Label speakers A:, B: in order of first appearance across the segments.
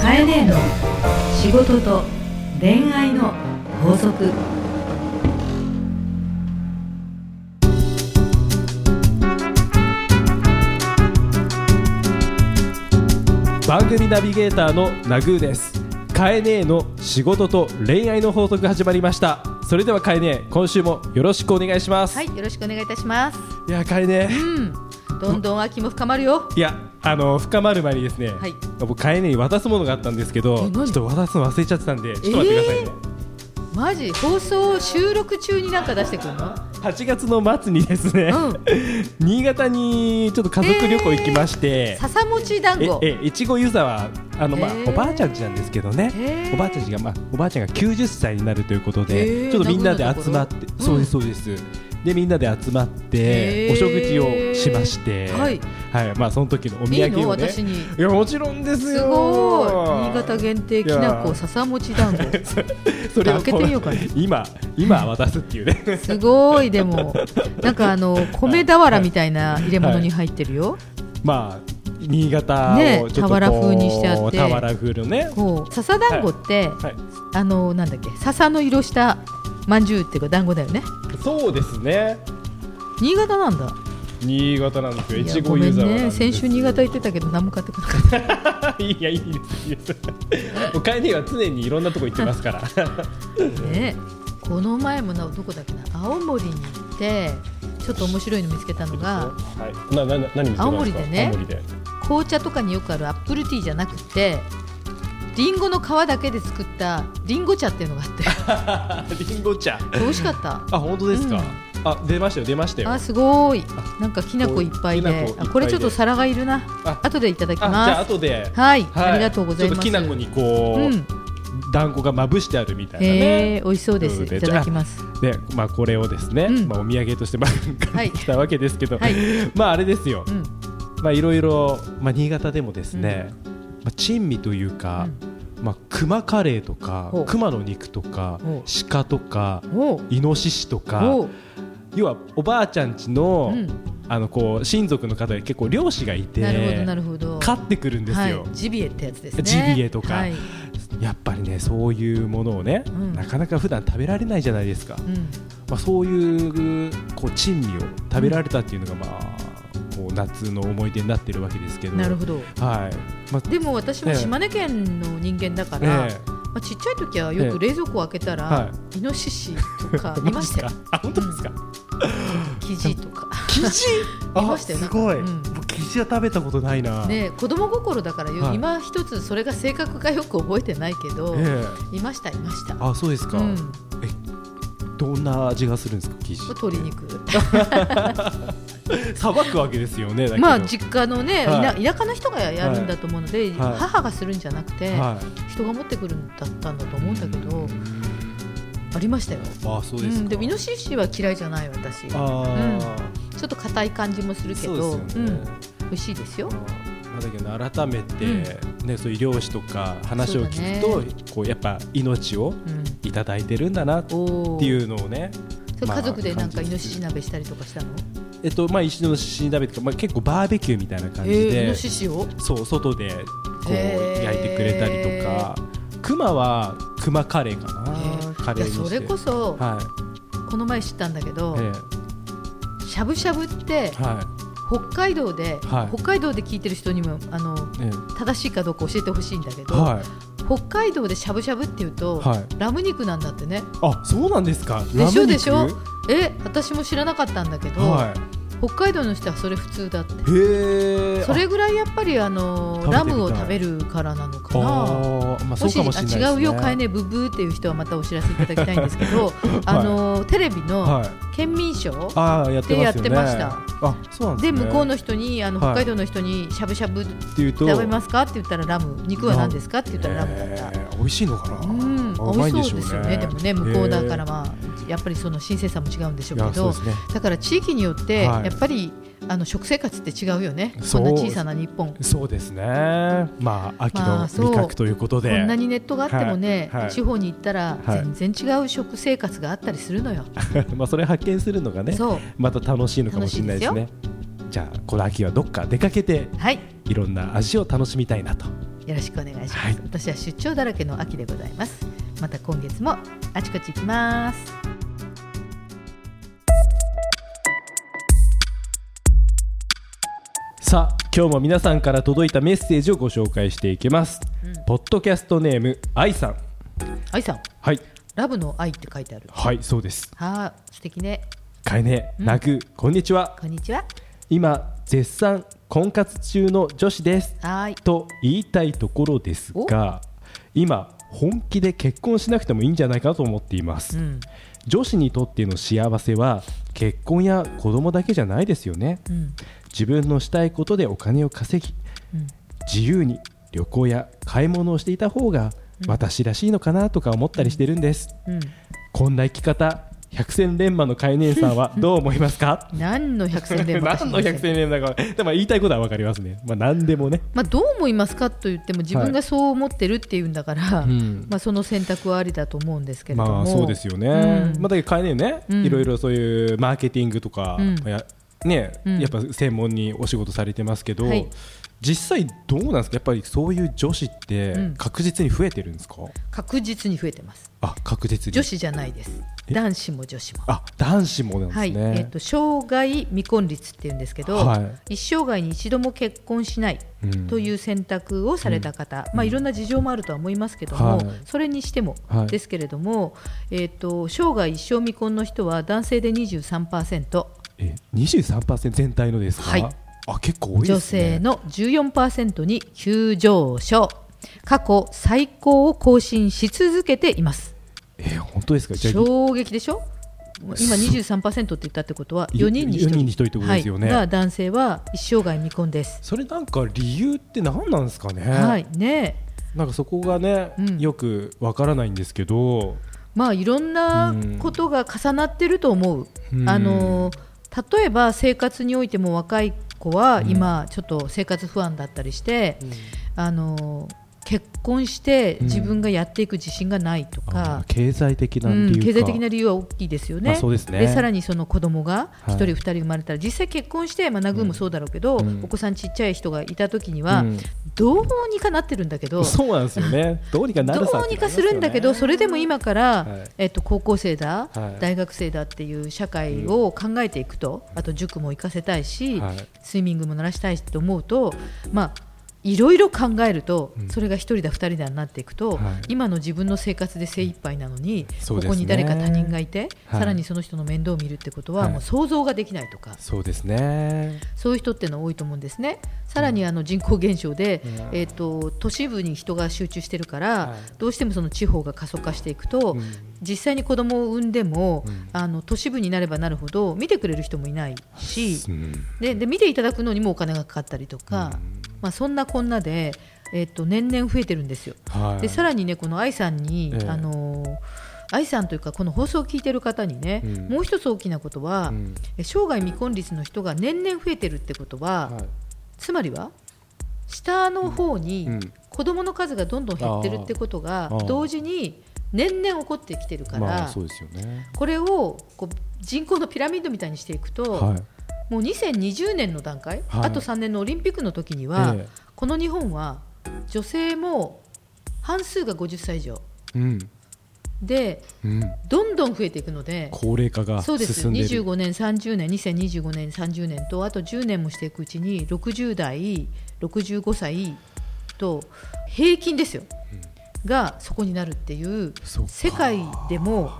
A: カエネの仕事と恋愛の法則
B: 番組ナビゲーターのナグーですカエネーの仕事と恋愛の法則始まりましたそれではカエネー今週もよろしくお願いします、
C: はい、よろしくお願いいたします。
B: いやカエネー
C: うん、どんどん秋も深まるよ。
B: いやあの深まる前にですね、
C: はい
B: 僕カエネーに渡すものがあったんですけど
C: え
B: ちょ
C: 何
B: っと渡すの忘れちゃってたんでちょっと待ってくださいね、
C: マジ、放送収録中になんか出してくるの。
B: 8月の末にですね、
C: う
B: 新潟にちょっと家族旅行行きまして、
C: 笹餅団子。
B: ええいちご湯沢あの、まあ
C: へ、ー
B: おばあちゃんちなんですけどね
C: へー
B: おばあちゃんちが、まあ、おばあちゃんが90歳になるということで
C: へー
B: ちょっとみんなで集まって
C: 泣くのところ
B: そうですそうです、でみんなで集まって
C: へー
B: お食事をしまして、
C: はい
B: はいまあ、その時のお
C: い
B: 土
C: い
B: 産
C: の、
B: をね
C: 私に。
B: いやもちろんですよ
C: すごい。新潟限定きない
B: や
C: こ笹餅団子。
B: それを
C: 開けてみようかな
B: こう 今今渡すっていうね
C: すごい、でも、なんかあの米俵みたいな入れ物に入ってるよ。
B: まあ新潟
C: ね
B: をちょっとこう、
C: 俵風にしてあって
B: 俵風のね
C: こう、笹団子って、
B: はい
C: あのなんだっけ、笹の色した。饅頭っていうか団子だよね。
B: そうですね
C: 新潟なんだ。
B: 新潟なんですよ
C: い
B: 越
C: や
B: 後
C: ごめ
B: 湯
C: ん
B: 沢なんで
C: ね。
B: すよ
C: 先週新潟行ってたけど、何も買ってこなかった。
B: いやいいですいいです。お帰りは常にいろんなとこ行ってますから。
C: ね、この前もなどこだっけな青森に行ってちょっと面白いの見つけたのが
B: はい。ななな何見つけたんですか
C: 青森でね
B: 青森で。
C: 紅茶とかによくあるアップルティーじゃなくてりんごの皮だけで作ったりんご茶っていうのがあ っ
B: リンゴ茶。
C: て美味しかった
B: あ本当ですか。あ出ましたよ出ましたよ。
C: あ
B: あ
C: すごいなんかきな粉いっぱい
B: きな粉い
C: で
B: っぱい
C: あ
B: で
C: これちょっと皿がいるな
B: あ
C: 後でいただき
B: じゃあ
C: ます
B: 後で。
C: はい、ありがとうござい
B: ち
C: ま
B: ょっと
C: す
B: きな粉にこ
C: う
B: う、
C: ん、
B: 団子がまぶしてあるみたいなね。
C: えー、美味しそうです
B: うん
C: いただきます
B: でまあこれをですね、
C: うん
B: まあお土産としてまあ
C: はい
B: 来たわけですけど、
C: はい
B: まああれですよ
C: う。ん
B: まあいろいろまあ新潟でもですね、まあ珍味というか。まあ、熊カレーとか
C: ほう
B: 熊の肉とか
C: ほう
B: 鹿とか
C: おう
B: イノシシと
C: お
B: か
C: う
B: 要はおばあちゃんちの,、
C: うん
B: あのこう親族の方で結構漁師がいて
C: なるほどなるほど
B: 飼ってくるんですよ、
C: はい、ジビエってやつですね
B: ジビエとか
C: はい
B: やっぱりねそういうものをね、
C: ん
B: なかなか普段食べられないじゃないですか、
C: うん
B: まあ、そういうこう珍味を食べられたっていうのが、まあ、こう夏の思い出になってるわけですけど
C: なるほど
B: はいまあ
C: でも私も島根県の人間だから、
B: え
C: まあ、ちっちゃい時はよく冷蔵庫を開けたら、イノシシとか
B: え
C: いましたよ
B: マジですかあ本当ですか、
C: キジと か
B: キジ
C: いましたよ
B: あすごい、
C: うん
B: 僕キジは食べたことないな、
C: ね子供心だからよ、
B: はい
C: 今一つそれが性格がよく覚えてないけど、
B: ええ
C: いましたいました
B: あそうですか、
C: うん、
B: どんな味がするんですか生地
C: 鶏肉
B: さばくわけですよねだけど
C: まあ実家のね、
B: はい
C: 田田舎の人がやるんだと思うので、
B: はい
C: 母がするんじゃなくて、
B: はい
C: 人が持ってくるんだったんだと思うんだけど、ありましたよ
B: あそう
C: う
B: ですか、
C: ん、でもイノシシは嫌いじゃない私ちょ
B: あ
C: っと硬い感じもする
B: ー
C: け
B: そ
C: ど
B: うですよね、
C: うん美味しいですよ
B: ま。あだけどね改めて、ねそういう漁師とか話を聞
C: そ
B: くと、こうやっぱ命を
C: うん、
B: いただいてるんだなっ
C: お
B: て
C: ー
B: いうのをね
C: それ
B: まあ
C: 家族でなんか
B: 感
C: イ
B: じ
C: ノ
B: つつ
C: シシ鍋したりとかしたの？
B: えっとまあ一の死んだべとかまあ結構バーベキューみたいな感じ
C: えー、イ
B: で、
C: ノシシを？
B: そう外でこう
C: へー
B: 焼いてくれたりとか、熊は熊カレーか
C: へ
B: な、カ
C: い
B: レー
C: や
B: にして
C: それこそ
B: はい、
C: この前知ったんだけど、
B: え
C: しゃぶしゃぶって
B: えはい、
C: 北海道で、
B: はい
C: 北海道で聞いてる人にもあの
B: え
C: 正しいかどうか教えてほしいんだけ
B: え
C: ど、
B: はい。
C: 北海道でしゃぶしゃぶっていうと、
B: はい
C: ラム肉なんだってね。
B: あ、そうなんですか。
C: でしょ
B: ラム肉
C: でしょ？え、私も知らなかったんだけど、
B: は
C: 北海道の人はそれ普通だって。
B: い。へえ。
C: それぐらいやっぱりあの
B: 食べてみたい
C: ラムを食べるからなのかな。
B: ああ、まあそうかもしれないですね。
C: あ違うよ、かえねブブーっていう人はまたお知らせいただきたいんですけ ど、あのテレビの
B: はい。
C: 県民賞
B: ああ、やってますよね。
C: でやってました
B: あ、そうなんで
C: です
B: ね。
C: 向こうの人にあの
B: はい
C: 北海道の人にしゃぶしゃぶ食
B: っていうと
C: べますかって言ったらラム、肉は何ですかって言ったらラムだった。
B: へー美味しいのかな。
C: うん、
B: あう
C: 美
B: まいん
C: 味
B: で
C: し
B: し
C: そ
B: ょ
C: う
B: う
C: ですよ
B: ね
C: ね。でもね、向こうだからまあやっぱりその新鮮さも違うんでしょ
B: いうや
C: け
B: そう
C: ど
B: で、すね。
C: だから地域によって
B: は
C: や
B: い
C: っぱりあの食生活って違うよね。
B: そ
C: こ
B: うん
C: な小さな日本。
B: そうですね。まあ秋
C: ま
B: の
C: あそう
B: 味覚ということで。
C: こんなにネットがあってもね、
B: はいはい
C: 地方に行ったら
B: はい
C: 全然違う食生活があったりするのよ、
B: まあそれ発見するのがね、
C: そう
B: また楽しいのかもしれないですね。じゃあこの秋はどっか出かけて
C: はい
B: いろんな味を楽しみたいなと
C: よろしくお願いします、
B: はい
C: 私は出張だらけの秋でございますまた今月もあちこち行きます
B: さあ今日も皆さんから届いたメッセージをご紹介していきます、ポッドキャストネーム愛さん
C: 愛さん
B: はい
C: ラブの愛って書いてある
B: はいそうです
C: はあ素敵ね
B: かえねなぐこんにちは
C: こんにちは
B: 今絶賛婚活中の女子です
C: はーい
B: と言いたいところですが今本気で結婚しなくてもいいんじゃないかと思っています、
C: うん
B: 女子にとっての幸せは結婚や子供だけじゃないですよね
C: うん
B: 自分のしたいことでお金を稼ぎ
C: うん
B: 自由に旅行や買い物をしていた方が私らしいのかなとか思ったりしてるんです、
C: うん
B: こんな生き方百戦錬磨の海年さんはどう思いま すか
C: 何の百戦錬磨か知
B: 何
C: り
B: の
C: ません
B: 百戦錬磨だかでも言いたいことは分かりますねまあ何でもね
C: まあ、どう思いますかと言っても自分がそう思ってるっていうんだから、
B: ん
C: まあ、その選択はありだと思うんですけれども、
B: まあそうですよね、
C: うん
B: まあだけど海年ね、
C: うん
B: いろいろそういうマーケティングとか、
C: うん
B: やね、
C: うん
B: やっぱ専門にお仕事されてますけど、
C: はい
B: 実際どうなんですかやっぱりそういう女子って
C: うん
B: 確実に増えてるんですか、
C: 確実に増えてます
B: あ確実に
C: 女子じゃないです
B: え
C: 男子も女子も。
B: あ男子もなんです
C: はい
B: ね、
C: えー、と生涯未婚率っていうんですけど、
B: は
C: 一生涯に一度も結婚しない
B: うん
C: という選択をされた方、まあ、いろんな事情もあるとは思いますけども、
B: はい
C: それにしても
B: はい
C: ですけれども、えー、と生涯一生未婚の人は男性で23%
B: え23%全体のですか、
C: はい
B: あ結構多いで
C: 女
B: すね
C: 性の14%に急上昇過去最高を更新し続けています
B: え本当ですかじゃあ
C: 衝撃でしょ今23%って言ったってことは4人に1人
B: 四人に一人ってことですよね
C: はい、が男性は一生涯未婚です、
B: それなんか理由って何なんですかね、
C: はいねえ
B: なんかそこがね、
C: うん
B: よくわからないんですけど
C: まあいろんなことが重なってると思う、
B: うん
C: あの例えば生活においても若い子は今ちょっと生活不安だったりして、あの結婚して自分がやっていく自信がないと
B: あ
C: か
B: ー、経済的な
C: う
B: 理
C: ん
B: 由か、
C: 経済的な理由は大きいですよね。
B: まあそうですね
C: さらにその子供が
B: い
C: 1人、2人生まれたら、実際結婚して、まあ、ナグーもそうだろうけど、
B: うん
C: お子さんちっちゃい人がいた時には、
B: うん
C: どうにかなってるんだけど。
B: そうなんですよ ねどうにかな
C: ど
B: るさ
C: うにかするんだけど、それでも今から、
B: はい
C: えっと、高校生だ、
B: はい
C: 大学生だっていう社会を考えていくと、あと塾も行かせたいし、
B: はい
C: スイミングも鳴らしたいと思うと、まあ、いろいろ考えると、それが1人だ、2人だになっていくと、
B: はい
C: 今の自分の生活で精一杯なのに、
B: そう
C: こ
B: ですね
C: こに誰か他人がいて、
B: はい
C: さらにその人の面倒を見るってことは、
B: はい
C: もう想像ができないとか。
B: そうですね
C: そういう人ってのは多いと思うんですね。さらにあの人口減少で、
B: うん
C: えっ、と都市部に人が集中してるから、
B: はい
C: どうしてもその地方が過疎化していくと、
B: うん
C: 実際に子供を産んでも、
B: うん
C: あの都市部になればなるほど見てくれる人もいないし、
B: うん
C: でで見ていただくのにもお金がかかったりとか、
B: うん
C: まあそんなこんなでえっ、と年々増えてるんですよ。
B: はい
C: でさらにねこの愛さんに、
B: ええ
C: あのー愛さんというかこの放送を聞いてる方にね、
B: うん
C: もう一つ大きなことは、
B: うん
C: え生涯未婚率の人が年々増えてるってことは、
B: はい
C: つまりは下の方に
B: うん
C: 子供の数がどんどん減ってるってことが
B: あーあー
C: 同時に年々起こってきてるから、
B: まあそうですよね
C: これをこう人口のピラミッドみたいにしていくと、
B: はい
C: もう2020年の段階、
B: はい
C: あと3年のオリンピックの時には、
B: え
C: この日本は女性も半数が50歳以上
B: えうん
C: で
B: うん
C: どんどん増えていくので。
B: 高齢化が
C: そうです
B: 進んでる
C: 25年、30年、2025年、30年とあと10年もしていくうちに60代、65歳と平均ですよ、がそこになるっていう
B: そうか
C: 世界でも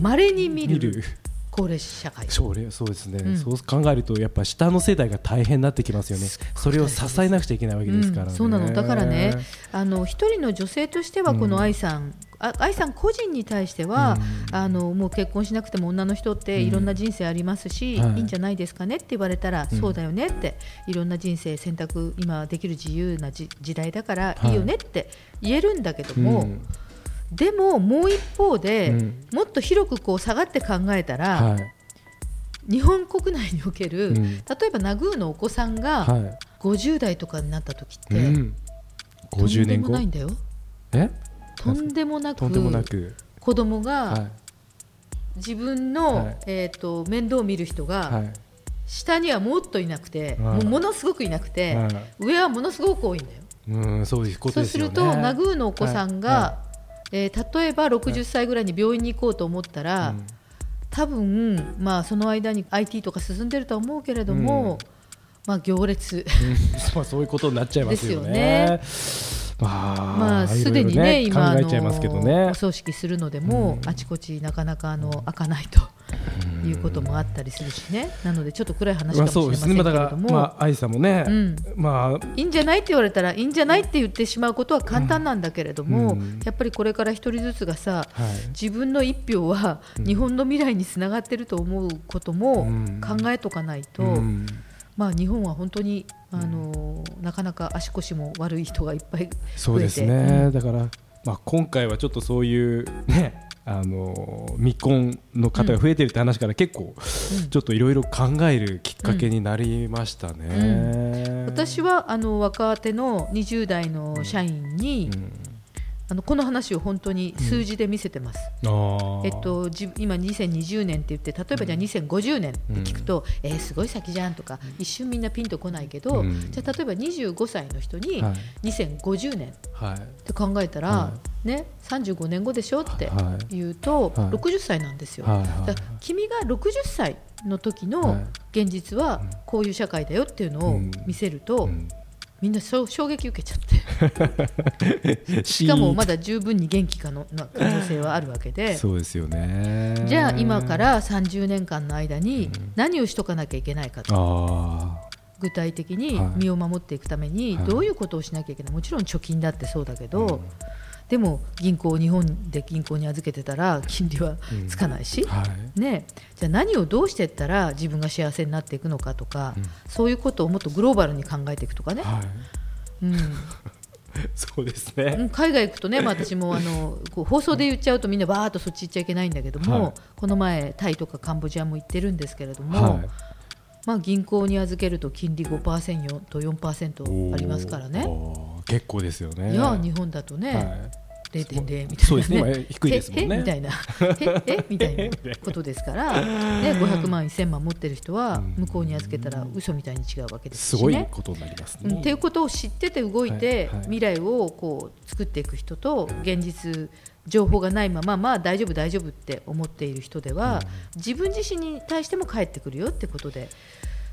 C: まれに見
B: 見
C: る
B: る
C: 高齢社会
B: そうねそうですね、
C: うん
B: そう考えるとやっぱ下の世代が大変になってきますよね
C: すっごい
B: それを支えなくちゃいけないわけですからね、
C: うん、そうなのだからねあの一人の女性としてはこの愛さん、あ愛さん個人に対しては、あのもう結婚しなくても女の人っていろんな人生ありますし、
B: はい
C: い、いんじゃないですかねって言われたら、
B: うん
C: そうだよねっていろんな人生選択今できる自由なじ時代だから
B: はい
C: いいよねって言えるんだけど
B: うん
C: も、でももう一方で、
B: うん
C: もっと広くこう下がって考えたら、
B: はい
C: 日本国内における、
B: うん
C: 例えばナグーのお子さんが
B: は
C: 50代とかになった時って、
B: い、うん、
C: と
B: 50
C: んで
B: 年
C: も
B: 後
C: ないんだよ。
B: え
C: とんでもなく
B: とんでもなく、
C: 子供が
B: は
C: 自分の、
B: はい
C: えー、と面倒を見る人
B: い
C: が、
B: はい
C: 下にはもっといなくて、
B: い
C: もうものすごくいなくて、
B: はい
C: 上はものすごく多いんだよ。
B: うん、そういうこと
C: そう
B: です
C: す
B: よね。
C: るとナグーのお子さんが、
B: は
C: えー例えば60歳ぐらいに病院に行こうと思ったら、
B: うん
C: 多分、まあ、その間に IT とか進んでるとは思うけれども、まあ、行列、
B: まあ そういうことになっちゃいますよね。まあ、
C: まあ、
B: いろ
C: す
B: い
C: で
B: ろ
C: にね今
B: 考えちゃいますけど
C: あの
B: ね
C: お。葬式するのでも、あちこちなかなかあの開かないと。いうこともあったりするしね、なのでちょっと暗い話か
B: ま
C: もし
B: あ
C: れ
B: そう
C: ま
B: で
C: せ
B: す
C: んけ
B: ね。ま
C: れ
B: あだ
C: ど
B: から
C: も、
B: まあ愛さんもね、
C: うん
B: まあ
C: いいんじゃないって言われたらいいんじゃないって言ってしまうことは簡単なんだけれども、
B: うん
C: やっぱりこれから一人ずつがさ、
B: はい
C: 自分の一票は日本の未来につながってると思うことも
B: うん
C: 考えとかないと、
B: うん
C: まあ、日本は本当に、あのなかなか足腰も悪い人がいっぱい増えて
B: そうですね。だからまあ今回はちょっとそういうね。あの未婚の方が増えてるって話から結構、ちょっといろいろ考えるきっかけになりましたね。
C: 私はあの若手の20代の社員に、
B: うん
C: あのこの話を本当に数字で見せてます。
B: あー
C: えっと、じ今、2020年って言って例えばじゃあ2050年って聞くと、えーすごい先じゃんとか一瞬みんなピンとこないけど、
B: うん
C: じゃあ例えば25歳の人に
B: はい
C: 2050年っ
B: はい
C: て考えたら、
B: は
C: ね、35年後でしょって
B: はい
C: 言うと、
B: はい
C: 60歳なんですよ。
B: はいはい
C: だから君が60歳の時
B: は
C: の
B: い
C: 現実はこういう社会だよっていうのを見せると、
B: うん
C: みんなしょ衝撃受けちゃ ってしかもまだ十分に元気かのな可能性はあるわけで。
B: そうですよね
C: じゃあ今から30年間の間に何をしとかなきゃいけないかと、
B: あ
C: 具体的に
B: はい
C: 身を守っていくために
B: はい
C: どういうことをしなきゃいけない、もちろん貯金だってそうだけど、でも銀行日本で銀行に預けてたら金利はつかないし、
B: あはい
C: ね、じゃあ何をどうしていったら自分が幸せになっていくのかとか、そういうことをもっとグローバルに考えていくとかね、
B: はい
C: うん
B: そうです
C: う
B: ね
C: ん海外行く とね、まあ、私もあのこう放送で言っちゃうとみんなわーっとそっち行っちゃいけないんだけども、
B: はい
C: この前タイとかカンボジアも行ってるんですけれども、
B: は
C: まあ、銀行に預けると金利5%と
B: い
C: 4%ありますからね。
B: おー結構ですよね
C: いや日本だとね、
B: はい
C: 0.0み
B: そ
C: た
B: う
C: い
B: です
C: なね
B: ね まあ低いですもん
C: ええ
B: ね
C: みた いなええみたいなことですから、ね、500万1000万持 ってる人は向こうに預けたら嘘みたいに違うわけです
B: す
C: し
B: ごい
C: ね。
B: ことになります
C: うんっ
B: ね
C: ていうことを知ってて動いて、
B: はいはい
C: 未来をこう作っていく人と現実情報がないまままあ大丈夫大丈夫って思っている人では、自分自身に対しても返ってくるよってことで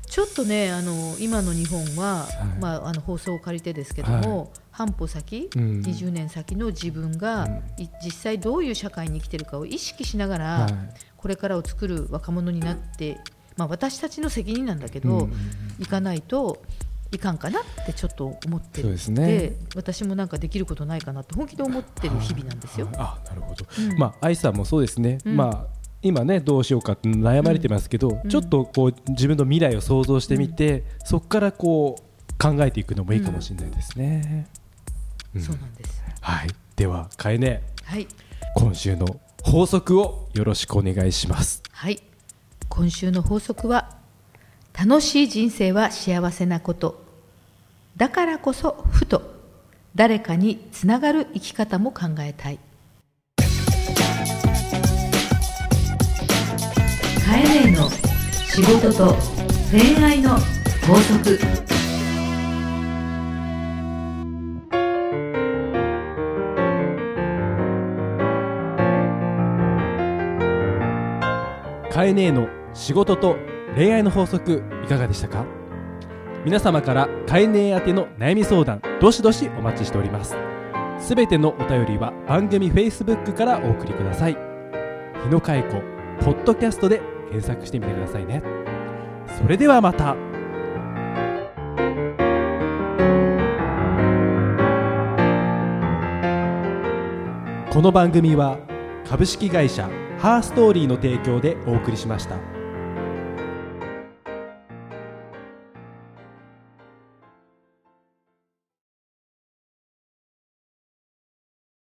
C: ちょっとねあの今の日本は、
B: い
C: まあ、あの放送を借りてですけども、半歩先、
B: うん
C: 20年先の自分が、い実際どういう社会に生きてるかを意識しながら、
B: はい
C: これからを作る若者になって、まあ、私たちの責任なんだけど、
B: うんうん
C: 行かないといかんかなってちょっと思って
B: そう
C: る
B: ですね
C: 私もなんかできることないかなって本気で思ってる日々なんですよ。
B: あなるほど
C: うん
B: まあ愛さんもそうですね
C: うん
B: まあ今ねどうしようかって悩まれてますけど
C: うん
B: ちょっとこう自分の未来を想像してみてそこからこう考えていくのもいいかもしれないですねうん
C: そうなんです。
B: はいではかえね
C: はい、
B: 今週の法則をよろしくお願いします
C: はい、今週の法則は楽しい人生は幸せなことだからこそふと誰かにつながる生き方も考えたい
A: カエネの仕事と恋愛の法則
B: カエネの仕事と恋愛の法則いかがでしたか皆様からカエネ宛ての悩み相談どしどしお待ちしておりますすべてのお便りは番組 Facebook からお送りください日野佳恵子ポッドキャストで検索してみてくださいねそれではまたこの番組は株式会社ハーストーリーの提供でお送りしました。